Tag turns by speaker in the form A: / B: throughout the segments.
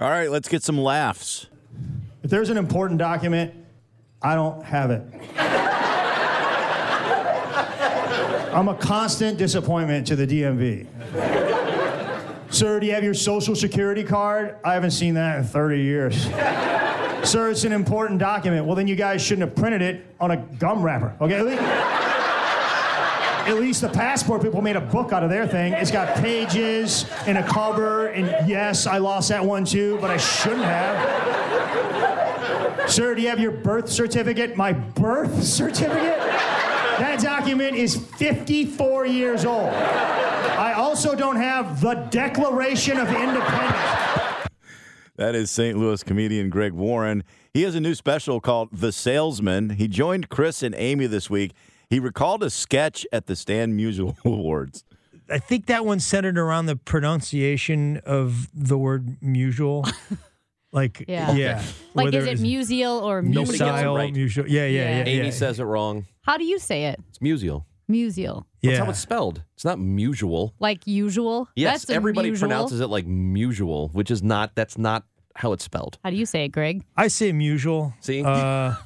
A: All right, let's get some laughs.
B: If there's an important document, I don't have it. I'm a constant disappointment to the DMV. Sir, do you have your social security card? I haven't seen that in 30 years. Sir, it's an important document. Well, then you guys shouldn't have printed it on a gum wrapper, okay? At least, at least the passport people made a book out of their thing. It's got pages and a cover, and yes, I lost that one too, but I shouldn't have. Sir, do you have your birth certificate? My birth certificate? That document is 54 years old. I also don't have the Declaration of Independence.
A: That is St. Louis comedian Greg Warren. He has a new special called The Salesman. He joined Chris and Amy this week. He recalled a sketch at the Stan Musial Awards.
C: I think that one centered around the pronunciation of the word mutual. Like,
D: Yeah.
C: yeah.
D: Like,
C: Whether
D: is it
C: it's
D: musial or
C: no
D: musial?
E: gets it
C: style,
E: right.
C: mutual? Yeah, yeah, yeah.
E: Amy
C: yeah.
E: says it wrong.
D: How do you say it?
E: It's musial.
D: Musial.
C: yeah.
E: That's how it's spelled. It's not mutual.
D: Like usual?
E: Yes,
D: That's
E: everybody
D: unusual.
E: pronounces it like mutual, which is not. That's not how it's spelled.
D: How do you say it, Greg?
C: I say mutual.
E: See?
C: Uh,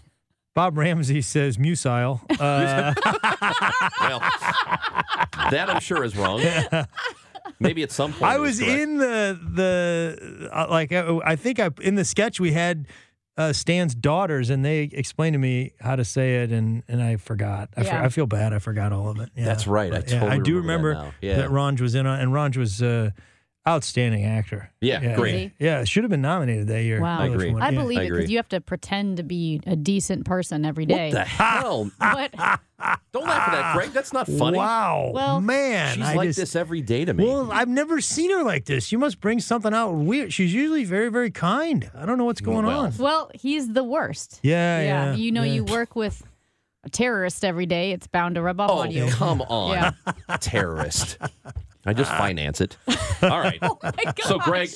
C: Bob Ramsey says musile. Uh,
E: Well, that I'm sure is wrong. Maybe at some point.
C: I
E: it
C: was
E: correct.
C: in the the uh, like I, I think I in the sketch we had uh, Stan's daughters and they explained to me how to say it and and I forgot. I,
D: Yeah.
C: for, I feel bad. I forgot all of it. Yeah.
E: That's right. I
C: But, I
E: totally
C: do
E: remember
C: remember,
E: that now. Yeah.
C: that Ronj was in on and Ronj was uh, outstanding actor.
E: Yeah, great.
D: Is he?
C: Yeah, should have been nominated that year.
D: Wow. I
E: agree.
C: Yeah.
D: I believe
E: I
D: it
E: agree.
D: because you have to pretend to be a decent person every
E: What
D: day.
E: the hell?
D: But
E: Don't laugh at that, Greg. That's not funny.
C: Wow.
D: Well,
C: man,
E: She's
C: Ah. I
E: like
C: just,
E: this every day to me.
C: Well, I've never seen her like this. She must bring something out weird. She's usually very, very kind. I don't know what's going
E: Mm, Well.
C: on.
D: well, he's the worst.
C: Yeah, yeah.
D: You know,
C: yeah.
D: you work with a terrorist every day. It's bound to rub off
E: oh,
D: on you.
E: come on, terrorist. I just finance it. All right.
D: Oh,
E: so, Greg,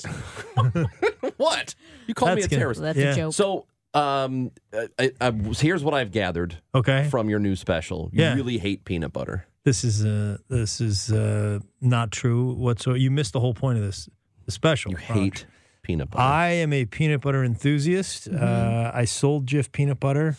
E: what? You called me
C: That's
E: a
C: good.
E: terrorist.
D: That's
C: Yeah.
D: a joke.
E: So, um, I, I, I, here's what I've gathered
C: Okay.
E: from your new special. You
C: Yeah.
E: really hate peanut butter.
C: This is uh this is uh not true whatsoever. You missed the whole point of this the special.
E: You
C: Raj.
E: hate peanut butter. Mm-hmm.
C: I am a peanut butter enthusiast. Uh, I sold Jif peanut butter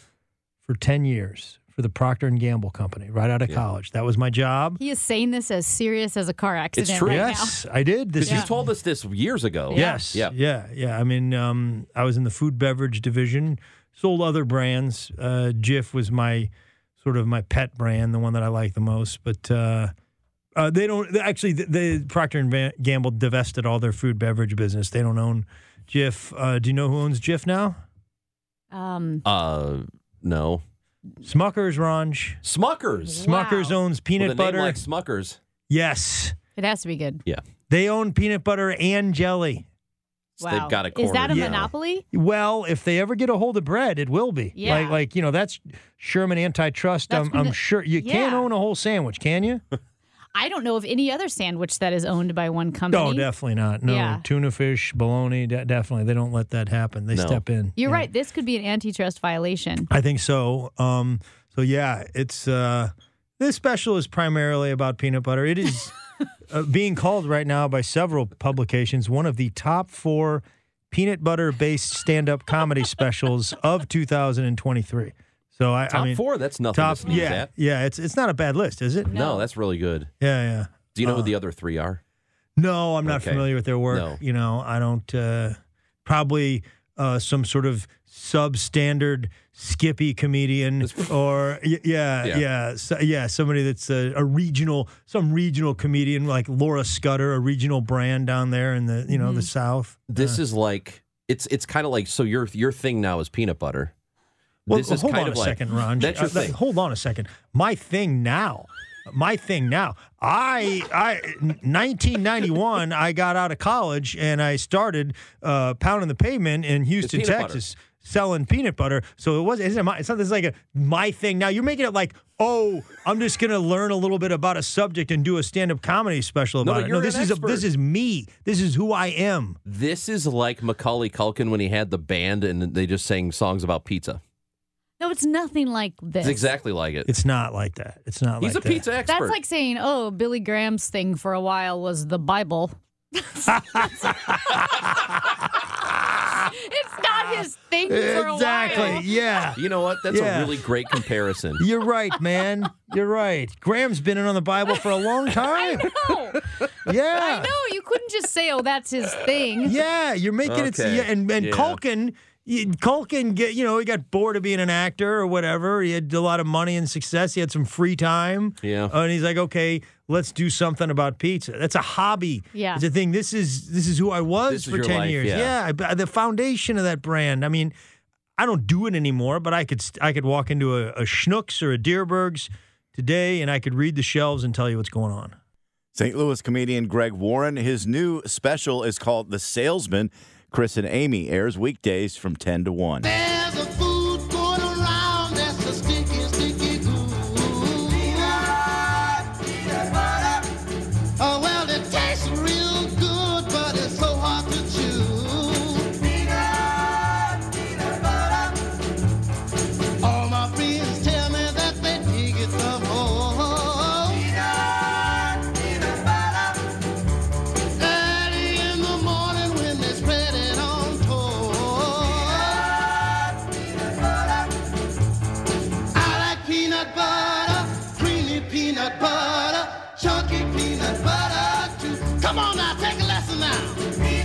C: for 10 years for the Procter and Gamble company right out of college. That was my job.
D: he is saying this as serious as a car accident
E: true.
D: right
C: yes, I did. This
E: Because
C: is
E: you told us this years ago.
C: Yes.
E: Oh, Yeah.
C: Yeah. Yeah. I mean, um, I was in the food beverage division, sold other brands. Uh, Jif was my sort of my pet brand, the one that I like the most. But uh, uh, they don't they- actually. The, the Procter and Van- Gamble divested all their food beverage business. They don't own Jif. Uh, do you know who owns Jif now?
D: now. Um,
E: Uh, no.
C: Smucker's Ranch.
E: Smuckers.
C: Smucker's
D: Wow.
C: owns
E: With a
C: peanut
E: name
C: butter.
E: like Smuckers.
C: yes,
D: it has to be good.
E: Yeah.
C: they own peanut butter and jelly.
E: So
D: Wow.
E: They've got a
D: Is that a
E: cornered. Yeah.
D: monopoly?
C: Well, if they ever get a hold of bread, it will be.
D: Yeah.
C: Like, like you know, that's Sherman antitrust.
D: That's
C: I'm,
D: gonna-
C: I'm sure you can't
D: Yeah.
C: own a whole sandwich, can you?
D: I don't know of any other sandwich that is owned by one company.
C: no, definitely not. No,
D: Yeah.
C: tuna fish, bologna, de- definitely. They don't let that happen. They
E: No.
C: step in.
D: You're
C: Yeah.
D: right. This could be an antitrust violation.
C: I think so. Um, so yeah, it's uh, this special is primarily about peanut butter. It is uh, being called right now by several publications one of the top four peanut butter based stand up comedy specials of 2023. So I,
E: Top
C: I mean,
E: four? That's nothing.
C: Top,
E: to sneeze
C: yeah,
E: at.
C: yeah. It's it's not a bad list, is it?
E: No. that's really good.
C: Yeah, yeah.
E: Do you know who
C: Uh.
E: the other three are?
C: No, I'm not
E: Okay.
C: familiar with their work.
E: No.
C: You know, I don't. Uh, probably uh, some sort of substandard Skippy comedian, or y- yeah,
E: Yeah.
C: yeah, yeah, so, yeah, somebody that's a, a regional, some regional comedian like Laura Scudder, a regional brand down there in the you know the South.
E: This is like it's it's kind of like so your your thing now is peanut butter.
C: Well,
E: this is
C: hold
E: kind
C: on
E: of
C: a
E: like
C: second, Ron.
E: That's your
C: Uh, th-
E: thing.
C: Hold on a second. My thing now my thing now. I I 1991 I got out of college and I started uh, pounding the pavement in Houston,
E: peanut butter.
C: Texas, selling peanut butter. So it was it isn't my it's not this is like a my thing now. You're making it like oh I'm just gonna learn a little bit about a subject and do a stand up comedy special
E: No,
C: about it.
E: you're
C: No,
E: an
C: this is
E: expert.
C: this is me. This is who I am.
E: This is like Macaulay Culkin when he had the band and they just sang songs about pizza.
D: No, it's nothing like this.
E: It's exactly like it.
C: It's not like that. It's not
E: He's
C: like
E: a
C: that.
E: pizza expert.
D: That's like saying, oh, Billy Graham's thing for a while was the Bible. it's not his thing for a
C: Exactly.
D: while.
C: Yeah.
E: you know what? That's
C: Yeah.
E: a really great comparison.
C: You're right, man. You're right. Graham's been in on the Bible for a long time.
D: No,
C: Yeah.
D: no, you couldn't just say, oh, that's his thing.
C: Yeah, you're making it.
E: Okay,
C: Yeah, and and
E: yeah.
C: Culkin, you- Culkin, get you know, he got bored of being an actor or whatever. He had a lot of money and success. He had some free time.
E: Yeah.
C: Uh, and he's like, okay, let's do something about pizza. That's a hobby.
D: Yeah.
C: it's a thing. This is this is who I was
E: This is
C: for
E: your
C: ten
E: life,
C: years.
E: yeah.
C: I- but the foundation of that brand. I mean, I don't do it anymore, but I could st- I could walk into a, a Schnucks or a Deerberg's today, and I could read the shelves and tell you what's going on.
A: St. Louis comedian Greg Warren. His new special is called The Salesman. Chris and Amy airs weekdays from 10 to 1.
F: There's a food going around that's a stinky, stinky goo. Oh, well, it tastes real good, but it's so hard to chew. All my friends tell me that they dig it the most. Early in the morning when they spread it on toast. I like peanut butter, creamy peanut butter, chunky peanut butter too. Come on now, take a lesson now. Peanut,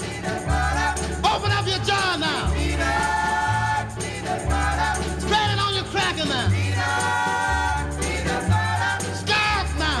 F: peanut butter. Open up your jar now. Peanut, peanut butter. Spread it on your cracker now. Peanut, peanut butter. Scarf now.